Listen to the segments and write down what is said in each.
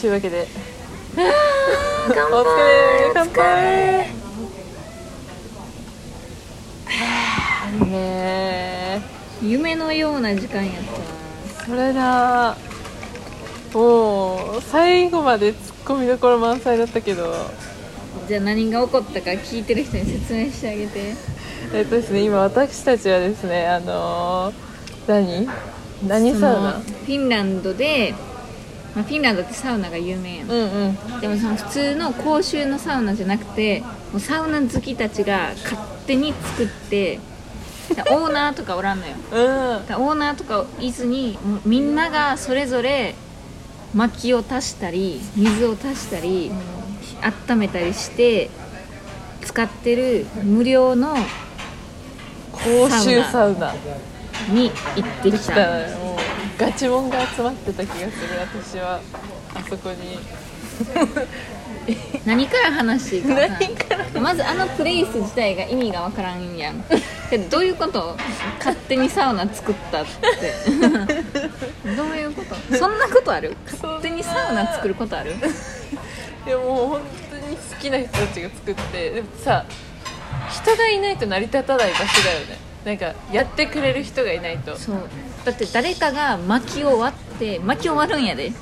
というわけで乾お疲れ乾杯ねえ夢のような時間やったそれだもう最後までツッコミどころ満載だったけどじゃあ何が起こったか聞いてる人に説明してあげてえっとですね今私たちはですねあのー、何何サウナそのフィンランドで、まあ、フィンランドってサウナが有名やん、うんうんでもその普通の公衆のサウナじゃなくてもうサウナ好きたちが勝手に作ってだからオーナーとかおらんのようんだからオーナーとかいずにもうみんながそれぞれ薪を足したり水を足したり温めたりして使ってる無料の公衆サウナに行ってき来たたらもうガチモンが集まってた気がする私はあそこに何から話していいか分何からんまずあのプレイス自体が意味がわからんやんでどういうこと勝手にサウナ作ったってどういうことそんなことある勝手にサウナ作ることあるでももう本当に好きな人たちが作ってでもさ人がいないと成り立たない場所だよねなんかやってくれる人がいないと、そうだって誰かが薪を割って薪を割るんやで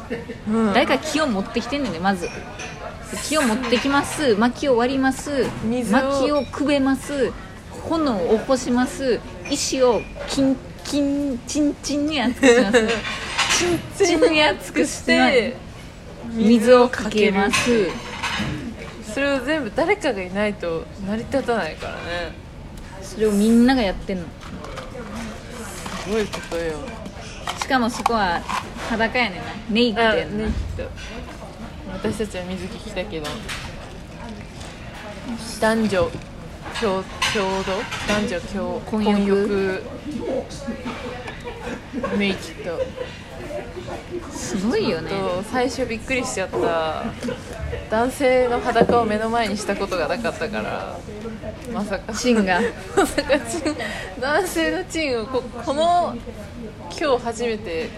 うん誰か木を持ってきてんねんでまず木を持ってきます薪を割ります水を薪をくべます炎を起こします石をキンキンチンチンに熱くします チンチンに熱くししてて水をかけますそれを全部誰かがいないと成り立たないからねそれをみんながやってんのすごいことよしかもそこは裸やねんなネイクあやねねんなきっと私たちは水着着たけど男女共共同男女共混混浴浴メイキットすごいよねと最初びっくりしちゃった男性の裸を目の前にしたことがなかったからまさかシンがまさかチン男性のチンをここの今日初めて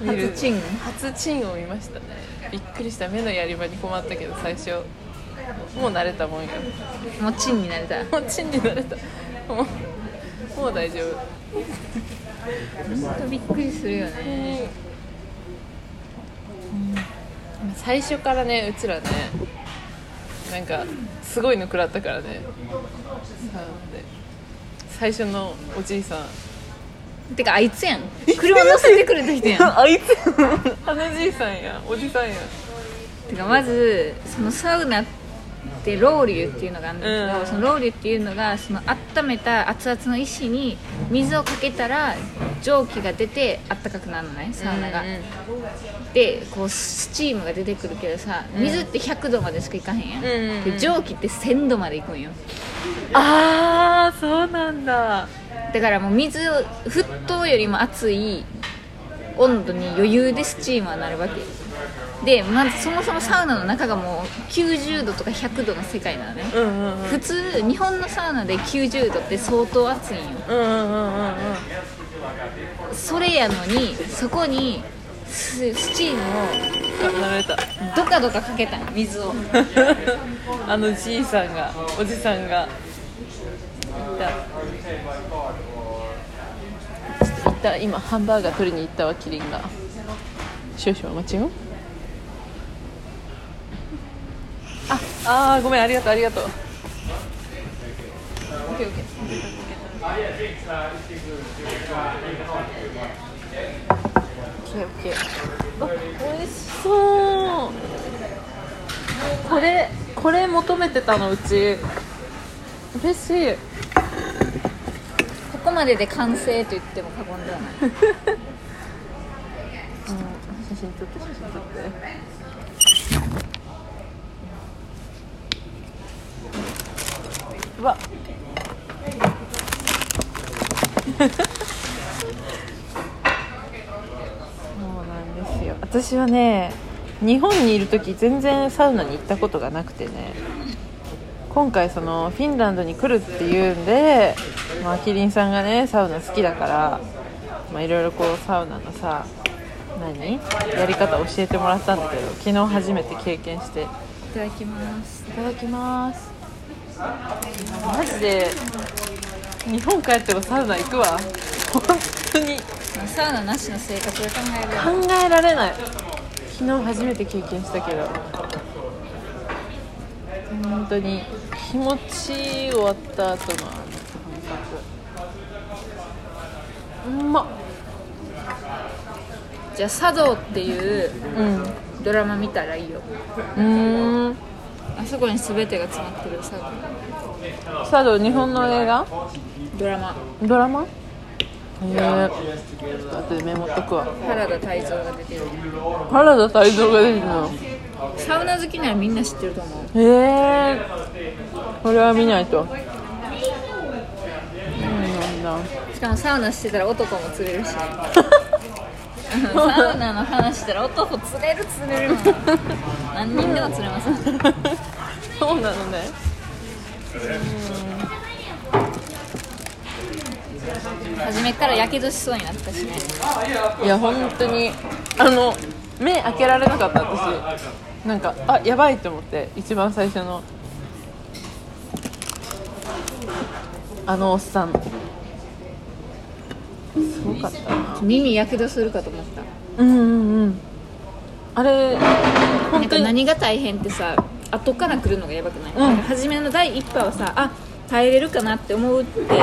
見る初チン初チンを見ましたねびっくりした目のやり場に困ったけど最初もう慣れたもんやもうチンになれたもうチンに慣れたもうもう大丈夫本当びっくりするよねうん最初からねうちらねなんかすごいの食らったからねさあで最初のおじいさんてかあいつやん車乗せてくれた人やん あいつあのじいさんやおじさんやてかまずそのサウナってロウリュっていうのがあるんだけど、うんそのロウリュっていうのがその温めた熱々の石に水をかけたら蒸気が出てあったかくなるのねサウナが、でこうスチームが出てくるけどさ水って100度までしかいかへんやん、うんうんうんで蒸気って1000度までいくんよああそうなんだだからもう水を沸騰よりも熱い温度に余裕でスチームはなるわけでまずそもそもサウナの中がもう90度とか100度の世界なのねうんうんうん普通日本のサウナで90度って相当暑いんようんうんうんうんそれやのにそこにススチームをうん慣れた ドカドカかけたん水をあのじいさんがおじさんがいた行った今ハンバーガー取りに行ったわキリンが少々お待ちよああーごめんありがとうありがとうオッケーオッケーオッケーオッケーあ美味しそうこれこれ求めてたのうち嬉しいここまでで完成と言っても過言ではない写真撮って写真撮ってうわ そうなんですよ私はね日本にいる時全然サウナに行ったことがなくてね今回そのフィンランドに来るっていうんで、まあ、キリンさんがねサウナ好きだからまあいろいろこうサウナのさ何やり方教えてもらったんだけど昨日初めて経験していただきますただきますマジで日本帰ってもサウナ行くわ本当にサウナなしの生活が考えられる考えられない昨日初めて経験したけど本当に気持ち終わった後のあの感覚うまっじゃあ茶道っていううんうドラマ見たらいいよーんあそこに全てが詰まってるさ佐渡日本の映画ドラマドラマえー、ちょっと後でメモっとくわ原田泰造が出てる原田泰造が出てるのサウナ好きならみんな知ってると思うええー、これは見ないとそうなんだ しかもサウナしてたら男も釣れ るしうんサウナの話したら男釣れる釣れるもん何人でも釣れますそうなのね初めからやけどしそうになったしねいや本当にあの目開けられなかった私なんかあやばいと思って一番最初のあのおっさんすごかったな耳やけどするかと思ったうんうんうんあれな本んか当に何が大変ってさ後から来るのがやばくない、んなんか初めの第一波はさあ耐えれるかなって思うってんうん我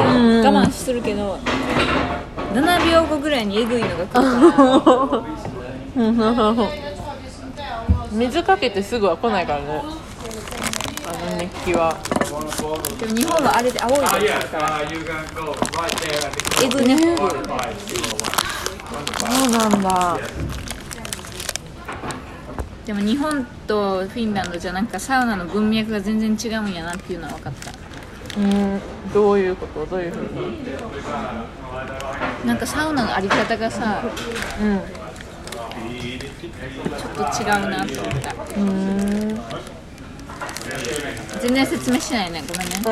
慢してるけど、7秒後ぐらいにえぐいのが来る から水かけてすぐは来ないからねあの熱気はでも日本はあれで青いの Yes, uh, you're gonna go right there at the えぐいねそうなんだでも日本とフィンランドじゃなんかサウナの文脈が全然違うんやなっていうのは分かったうんどういうことどういうふうになんかサウナのあり方がさうんちょっと違うなと思った全然説明しないねごめんね私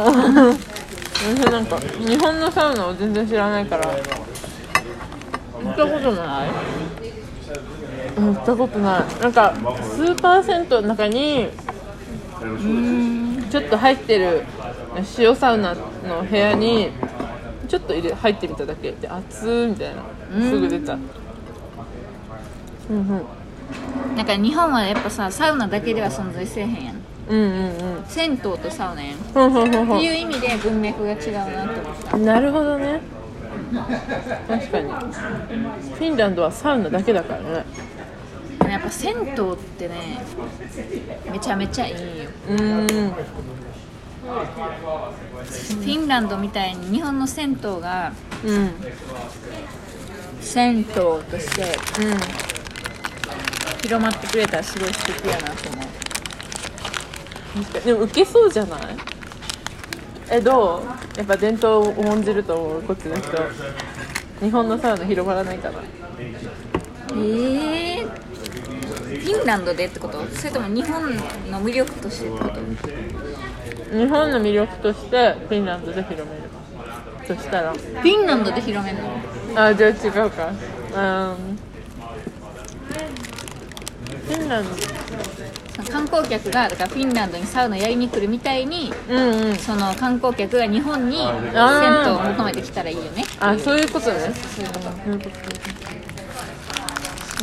なん か日本のサウナを全然知らないから行ったことないうん行ったことないなんかスーパー銭湯の中にちょっと入ってる塩サウナの部屋にちょっと入れ入ってみただけで熱ーみたいなすぐ出たうんうんなんか日本はやっぱさサウナだけでは存在せえへんやんうんうんうん銭湯とサウナやんっふんふんふんふてんいう意味で文脈が違うなと思ったなるほどね確かにフィンランドはサウナだけだからねでもやっぱ銭湯ってねめちゃめちゃいいようーんフィンランドみたいに日本の銭湯がうん銭湯としてうん広まってくれたらすごい素敵やなと思う確かにでもウケそうじゃないえどうやっぱ伝統を重んじると思うこっちの人日本のサウナ広まらないかなええフィンランドでってことそれとも日本の魅力としてってこと日本の魅力としてフィンランドで広めるそしたらフィンランドで広めるのあじゃあ違うかうんフィンラン観光客がだからフィンランドにサウナやりに来るみたいにドうんうんその観光客が日本に銭湯を求めてきたらいいよねあそういうことねそういうこと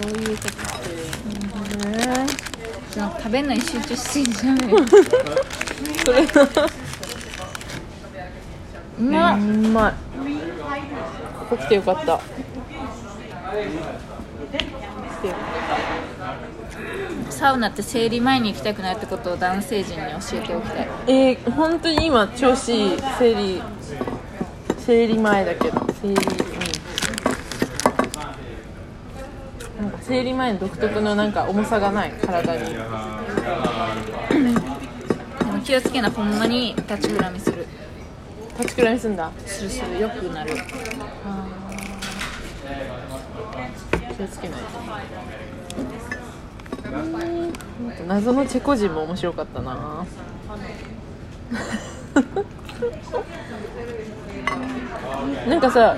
そういうことそういうことねその食べるのに集中しすぎちゃう ねそれはうまっうまいここ来てよかった来てよかっサウナって生理前に行きたくないってことを男性陣に教えておきたいたえー、本当に今調子いい生理生理前だけど生理うんなんか生理前の独特のなんか重さがない体にでも気をつけなほんまに立ちくらみする立ちくらみすんだするするよくなる気をつけないとうんなんか謎のチェコ人も面白かったななんかさ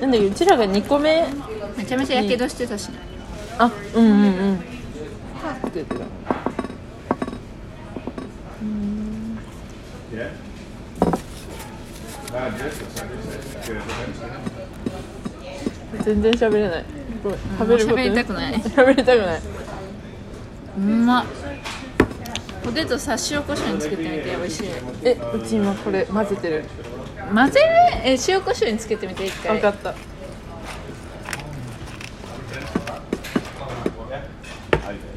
なんだっけうちらが2個目めちゃめちゃやけどしてたしねうあうんうんうんパッて言ってた Yeah. Ah, distance, I guess. Good. 全然喋れないごめん食べること喋りたくない喋りたくないうまポテトさ塩コショウにつけてみて美味しいえうち今これ混ぜてる混ぜるえ塩コショウにつけてみて一分回かったい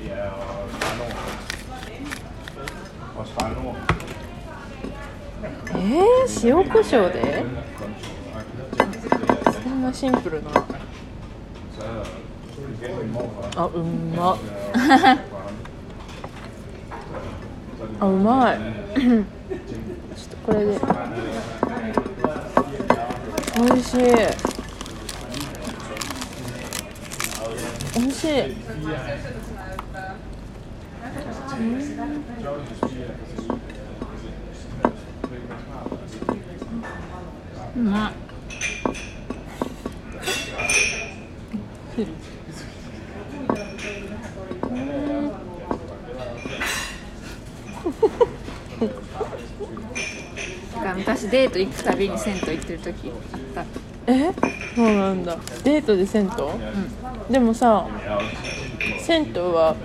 やあの、あの、えー、塩コショウでそんなシンプルなあうんまっあうまいちょっとこれで美味しい美味しいうまだから昔デート行くたびに銭湯行ってる時あったえそうなんだデートで銭湯、でもさ銭湯は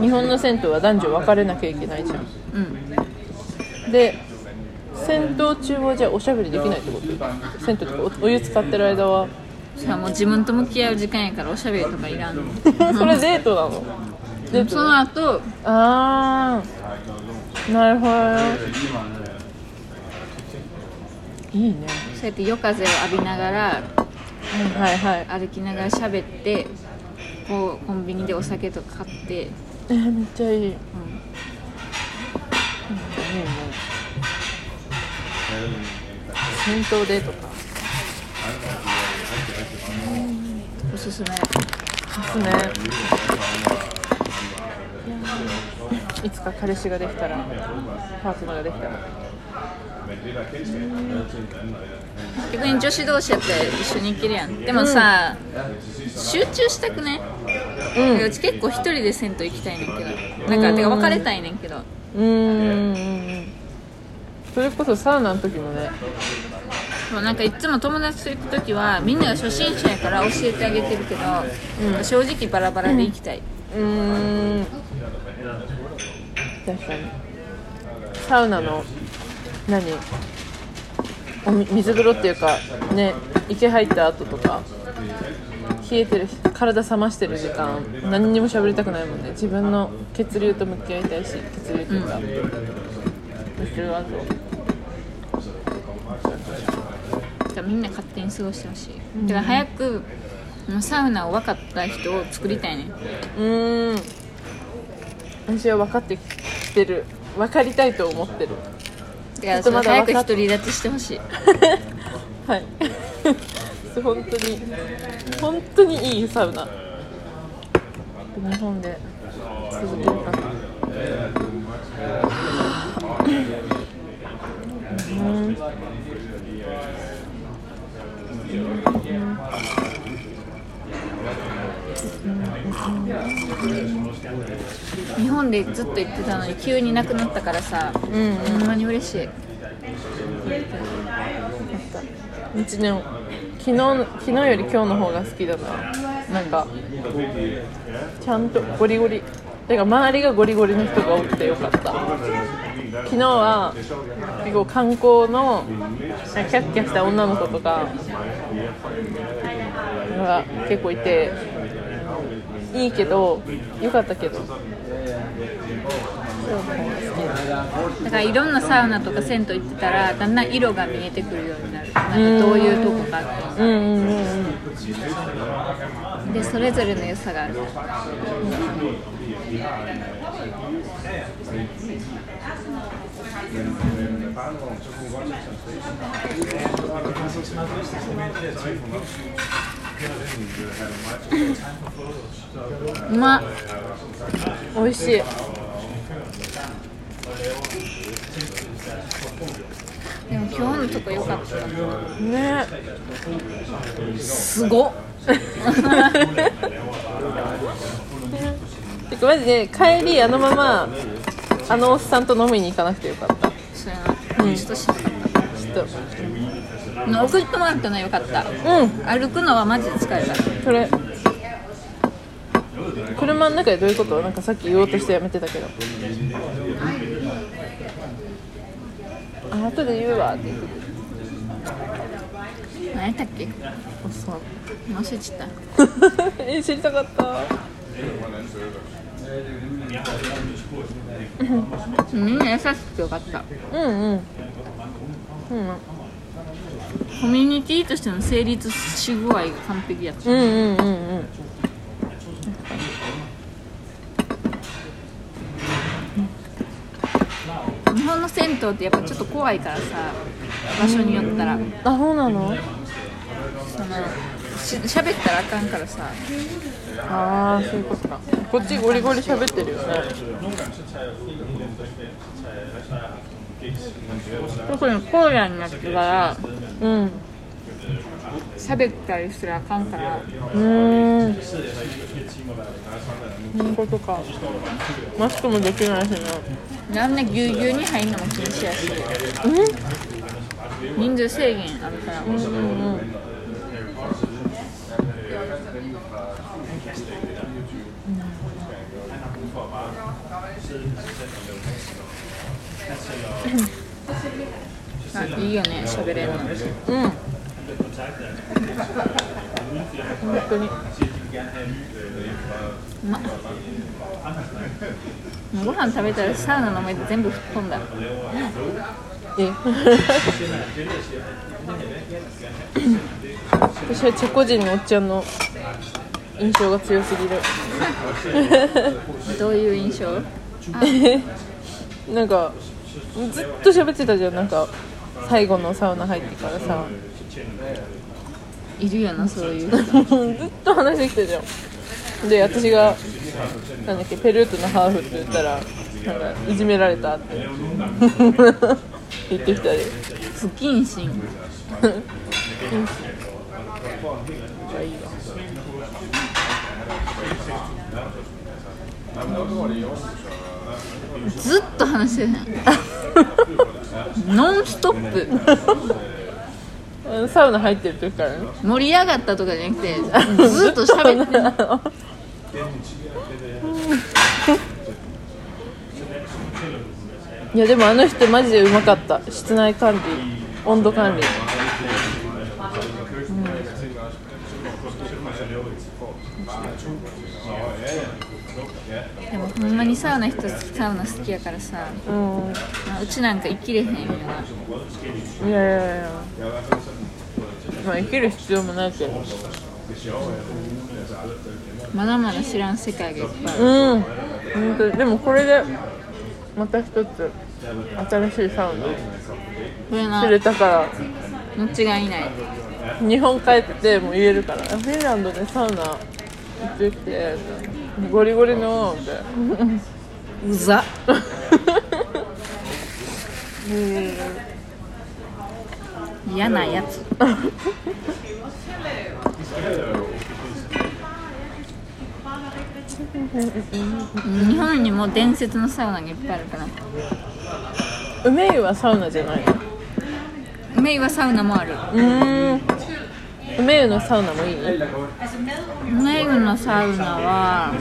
日本の銭湯は男女分かれなきゃいけないじゃん、で銭湯中はじゃあおしゃべりできないってこと銭湯とかおお湯使ってる間 はしかも自分と向き合う時間やからおしゃべりとかい らんのそれデートなのデーそトの後ああなるほどいいねそうやって夜風を浴びながらはいはいはい歩きながら喋ってこうコンビニでお酒とか買ってえーめっちゃいい、うん、いいね戦闘デートかおすすめですねいつか彼氏ができたらパートナーができたら逆に女子同士やったら一緒に行けるやんでもさ、集中したくね、ううち結構一人で銭湯行きたいねんけどなんか、てか別れたいねんけどうーんそれこそサウナの時もねでもなんかいつも友達と行く時はみんなが初心者やから教えてあげてるけど、正直バラバラで行きたい、うーん確かにサウナの何おみ水風呂っていうかね池入った後とか冷えてる体冷ましてる時間何にも喋りたくないもんね自分の血流と向き合いたいし血流というか、血流あとだからみんな勝手に過ごしてほしい、だから早くもうサウナを分かった人を作りたいねんうーん私は分かってきてる分かりたいと思ってるだからちょっとそまれだ早く分かっ独り立ちしてほしいはい 本当に本当にいいサウナ日本で続けるかな日本でずっと行ってたのに急になくなったからさ、うんほんまに嬉しいうちね昨日昨日より今日の方が好きだななんかちゃんとゴリゴリてか周りがゴリゴリの人が多くてよかった昨日は結構観光のなんかキャッキャした女の子とかが結構いていいけどよかったけどだからいろんなサウナとか銭湯行ってたらだんだん色が見えてくるようになるなんかどういうとこがあってうんうんうんうんでそれぞれの良さがあるうまっ美味しいでも今日のとこ良かったね すごってかマジで帰りあのままあのおっさんと飲みに行かなくてよかったそれな、ちょっとしんどかっちょっとたの送ってもらったのはよかったうん歩くのはマジで疲れたそれ車の中でどういうことなんかさっき言おうとしてやめてたけどあ後で言うわって言ってた何やったっけおっさん忘れちゃった え知りたかったみんな優しくてよかったうんうんうんコミュニティとしての成立し具合が完璧やったうんうんうんうん日本の銭湯ってやっぱちょっと怖いからさ場所によったらあそうなのそのし喋ったらあかんからさああそういうことかこっちゴリゴリ喋ってるよね特にコロナになってからうんう喋ったりしたらあかんからーんそういうことかマスクもできないしねなんでぎゅうぎゅうに入るのも禁止やし人数制限あるからあいいよね喋れるのうん本当にもうご飯食べたらサウナの前で全部吹っ飛んだえ 私はチェコ人のおっちゃんの印象が強すぎるどういう印象 なんかずっと喋ってたじゃんなんか最後のサウナ入ってからさいるよなそういう人ずっと話してきたじゃんで私がなんだっけペルートのハーフって言ったらなんかいじめられたって 言ってきたで不謹慎ずっと話してないノンストップうんサウナ入ってる時からね盛り上がったとかじゃなくてずっと喋ってるいやでもあの人マジでうまかった室内管理温度管理でもほんまにサウナ人サウナ好きやからさうんまあうちなんか生きれへんよなやいいやいやまあ生きる必要もないけどまだまだ知らん世界がいっぱいあるうん本当にでもこれでまた一つ新しいサウこれナな知れたから間違いない日本帰っても言えるからフィンランドでサウナ行ってきてゴリゴリのってうざ嫌なやつ日本にも伝説のサウナがいっぱいあるから梅湯はサウナじゃないの梅はサウナもあるうーん梅湯のサウナもいい梅雨のサウナは、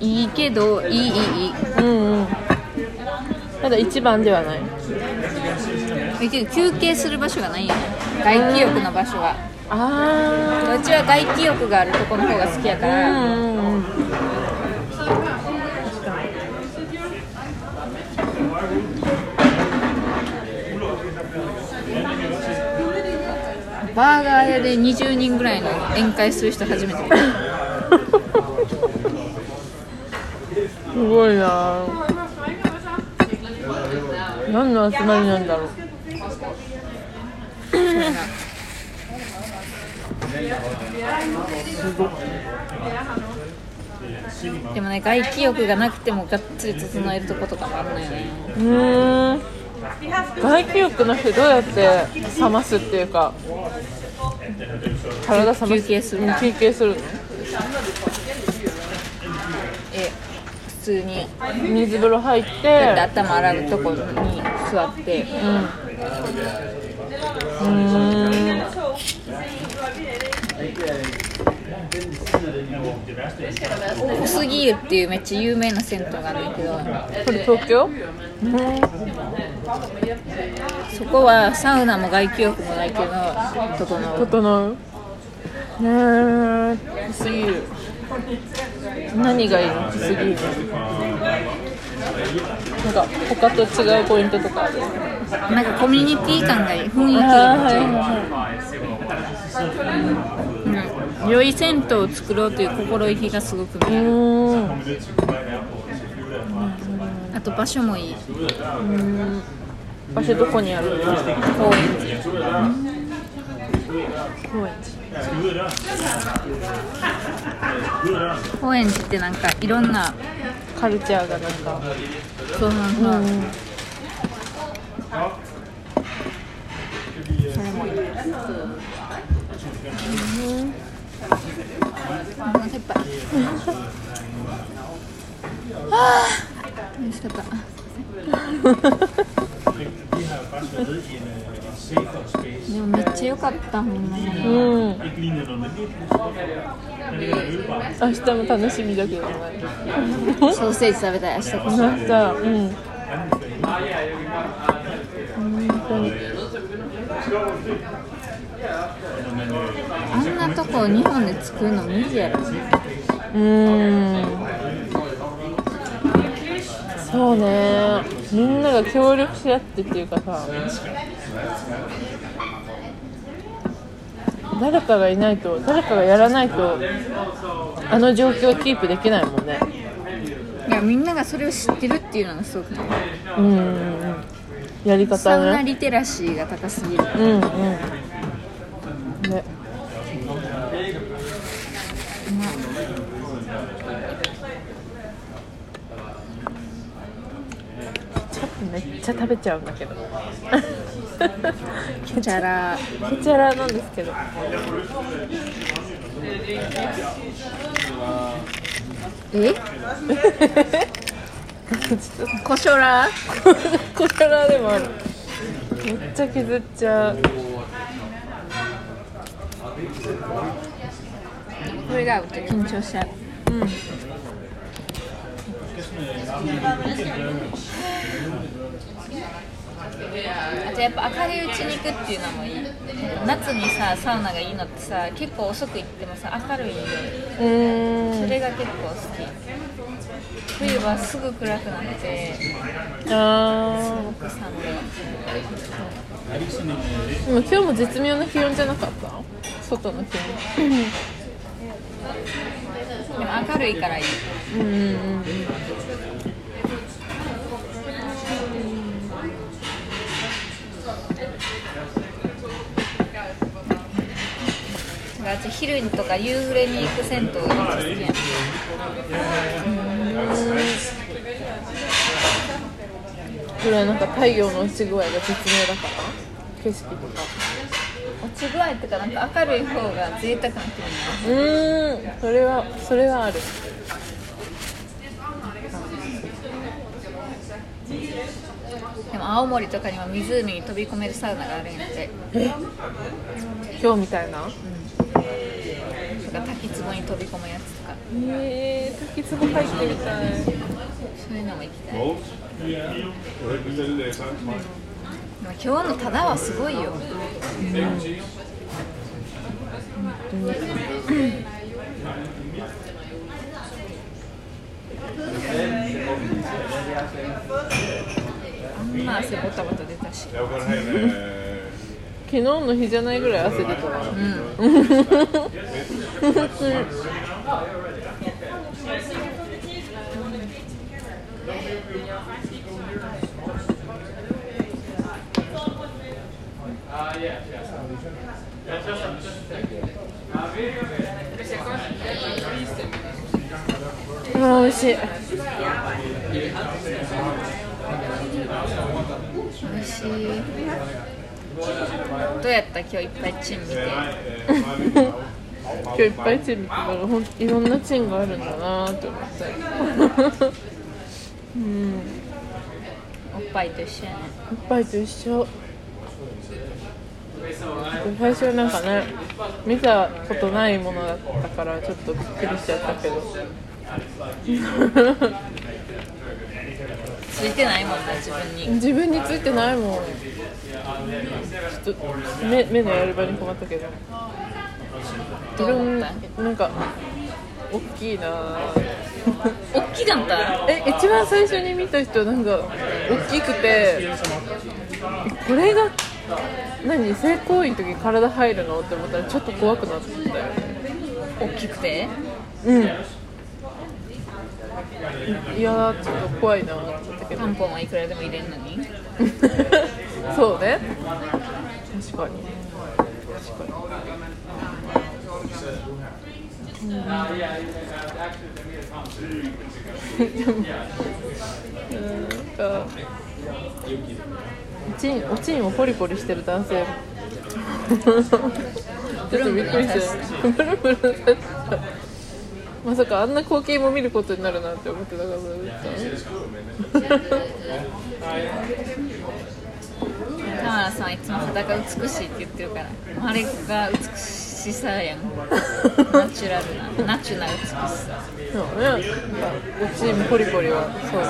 いいけどいいいいいうんうんただ一番ではないいいいけど休憩する場所がないよね外気浴の場所があうちは外気浴があるとこの方が好きやから、あうんうんうんバーガー屋で20人ぐらいの宴会する人初めて見たすごいな何の集まりなんだろうでもね外気浴がなくてもがっつり整えるとことかもあるのよねうーん外気浴の人どうやって冷ますっていうか体冷ます休憩するうん休憩するのえ普通に水風呂入って頭洗うとこに座って、うーん小杉湯っていうめっちゃ有名な銭湯があるんだけどこれ東京そこはサウナも外気浴もないけど整う整うねえすぎる何がいいのすぎるなんか他と違うポイントとかあるなんかコミュニティ感がいい雰囲気あーがはいめっちゃいいはいうん良い銭湯を作ろうという心意気がすごく見うえるーんあと場所もいい場所どこにある公園寺公園高円寺ってなんかいろんなカルチャーがなんかそうそうそう、お腹いっぱいああ美味しかったでもめっちゃ良かったほんまにうん明日も楽しみだけどねソーセージ食べたい明日こそ明日うん本当にあんなとこ日本で作るの無理やろうーんそうねみんなが協力し合ってっていうかさ誰かがいないと誰かがやらないとあの状況をキープできないもんねいやみんながそれを知ってるっていうのがすごくないうんうんうんやりサウ方ナねリテラシーが高すぎうるんうんねちょっとめっちゃ食べちゃうんだけどケチャラこちらなんですけど。えコショラこちらでもある。めっちゃ削っちゃう。これが合うと緊張しちゃううんあとやっぱ明るいうちに行くっていうのもいい夏にさサウナがいいのってさ結構遅く行ってもさ明るいんでうーそん。れが結構好き冬はすぐ暗くなってあ寒い øh, あ。でも今日も絶妙な気温じゃなかった。外の気でも明るいからいい温。うんうんだから昼とか夕暮れに行く銭湯がめっちゃ好うん。これはなんか太陽の落ち具合が絶妙だから。景色とか。きやん落ち具合とかなんか明るい方が贅沢な気分になるうーん。それはそれはある。でも青森とかには湖に飛び込めるサウナがあるんやって今日みたいな。とか滝壺に飛び込むやつとかええ滝壺入ってみたい。そういうのも行きたいでも Mogens? Ja. 今日のタダはすごいよあんな汗ボタボタ出たし Jag går hem. eh, 昨日の日じゃないぐらい汗出たわ。あー美味しい。美味ししどうやった今日いっぱいチン見て今日いっぱいチン見てたからほんいろんなチンがあるんだなーって思ったようんいっおっぱいと一緒やねぱいと一緒最初なんかね見たことないものだったからちょっとびっくりしちゃったけどついてないもんな自分に自分についてないもんちょっと目目のやり場に困ったけどどう思ったなんか大きいなあおっきかったえ一番最初に見た人なんか大きくてえこれが何性行為の時に体入るのって思ったらちょっと怖くなってきたよ大きくてうんいやーちょっと怖いなと思っちゃったけどタンポンはいくらでも入れんのに そうね確かに確かにうんなんかおちんおちんをポリポリしてる男性 ちょっとびっくりしたブルブル刺したまさかあんな光景も見ることになるなんて思ってなかったです田原さんいつも裸美しいって言ってるからあれが美しさやんナチュラルなナチュな美しさそうね、なんかおチームポリポリはそうで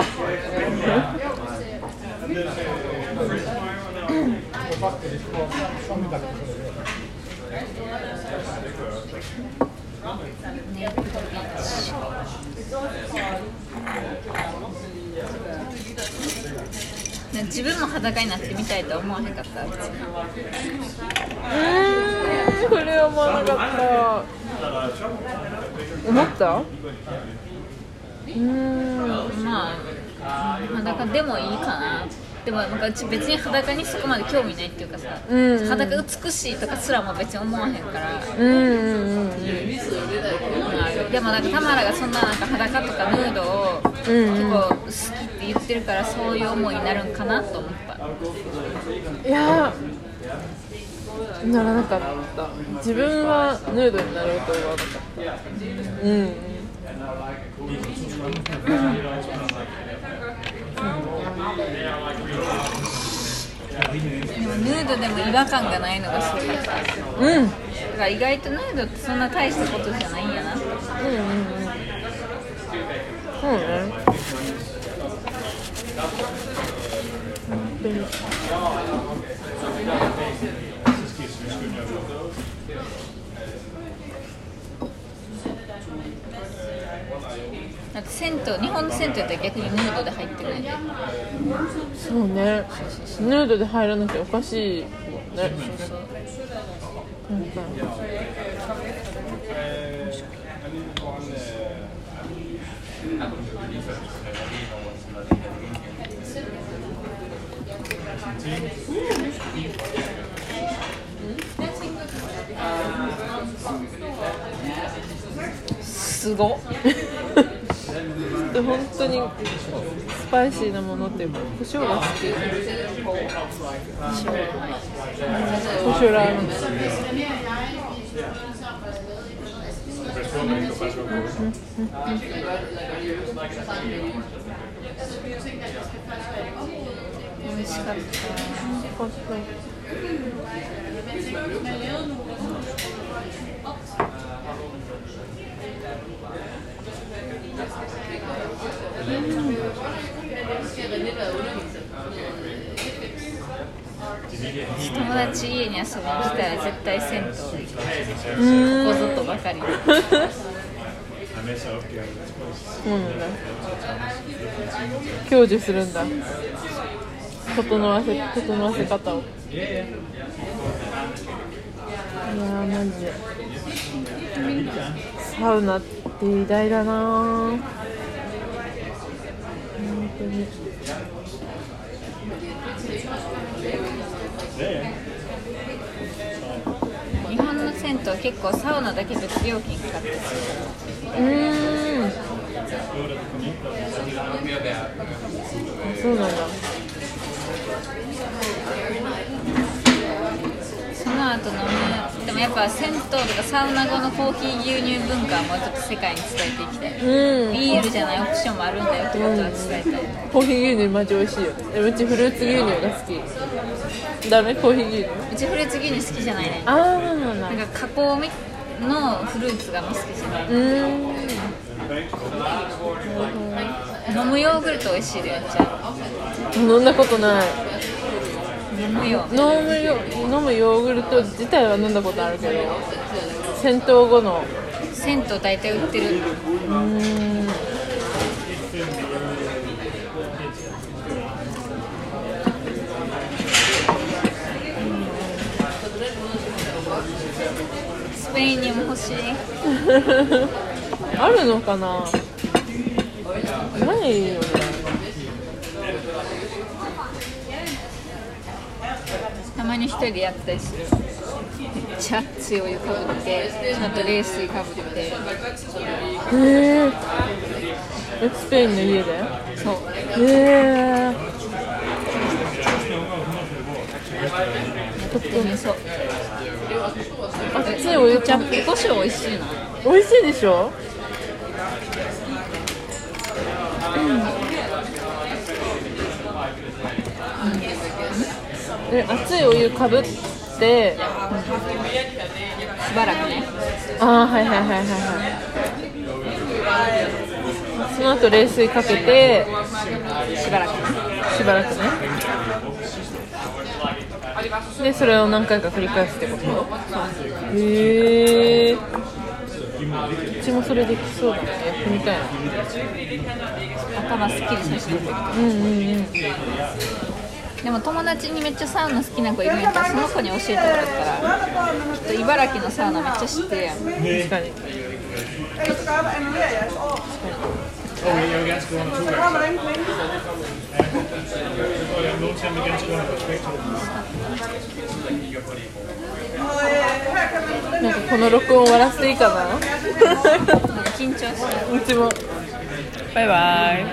すね自分も裸になってみたいとは思わへんかった別にね。うーん、これは思わなかった。思った？うーん、まあ裸でもいいかなでもなんかうち別に裸にそこまで興味ないっていうかさ、んうん裸美しいとかすらも別に思わへんから、うんうんでもなんかタマラがそんななんか裸とかヌードを結構好きって言ってるからそういう思いになるんかなと思ったうん。いやー、ならなかった。自分はヌードになろうとは思わなかった。うんうん。でもヌードでも違和感がないのがすごかっただかうんうんら意外とヌードってそんな大したことじゃないんやなうんうん。そうね。だって銭湯日本の銭湯やったら逆にヌードで入ってないでそうねヌードで入らなきゃおかしいもんねうんすごっで 本当にスパイシーなものっていうか胡椒が好き胡椒ラーメン 美味しかった友達家に遊びに来たら絶対銭湯行くここぞとばかりにそうなんだ享受するんだ整わせ整わせ方をいやーマジでサウナって偉大だなー本当に日本の銭湯は結構サウナだけ別料金かかってるうーんあそうなんだその後飲むでもやっぱ銭湯とかサウナ後のコーヒー牛乳文化はもうちょっと世界に伝えていきたい、うんビールじゃないオプションもあるんだよってことは伝えたい、コーヒー牛乳マジ美味しいよねうちフルーツ牛乳が好きダメコーヒー牛乳うちフルーツ牛乳好きじゃないねああなんだなんか加工みのフルーツがあんま好きじゃない、うーん飲むヨーグルト美味しいでやっちゃ飲んだことない飲むよ飲むよ飲むヨーグルト自体は飲んだことあるけど戦闘後の銭湯大体売ってるスペインにも欲しいあるのかなないよねたまに一人でやったりするめっちゃ熱いお湯かぶってちゃんと冷水かぶってへええスペインの家でそうへえとってもそう熱いお湯ケチかャップ胡椒美味しいな美味しいでしょえ熱いお湯かぶってしばらくねああはいはいはいはいはいその後冷水かけてしばらくしばらくねでそれを何回か繰り返すってことへえうちもそれできそうだねやってみたいな頭すっきりさせてくれるうんうんうんでも友達にめっちゃサウナ好きな子いるんやからその子に教えてもらったらきっと茨城のサウナめっちゃ知ってるやん確かに Ik ga en dan weer juist. Oh, Oh, je bent ganz gewoon dan toe. gaan we denk ik mee. Ja, Noord zijn we ganz gewoon respect op. Maar, eh, ja, ik heb een なんかこの録音終わらせていいかな 緊張してうちもバイバイ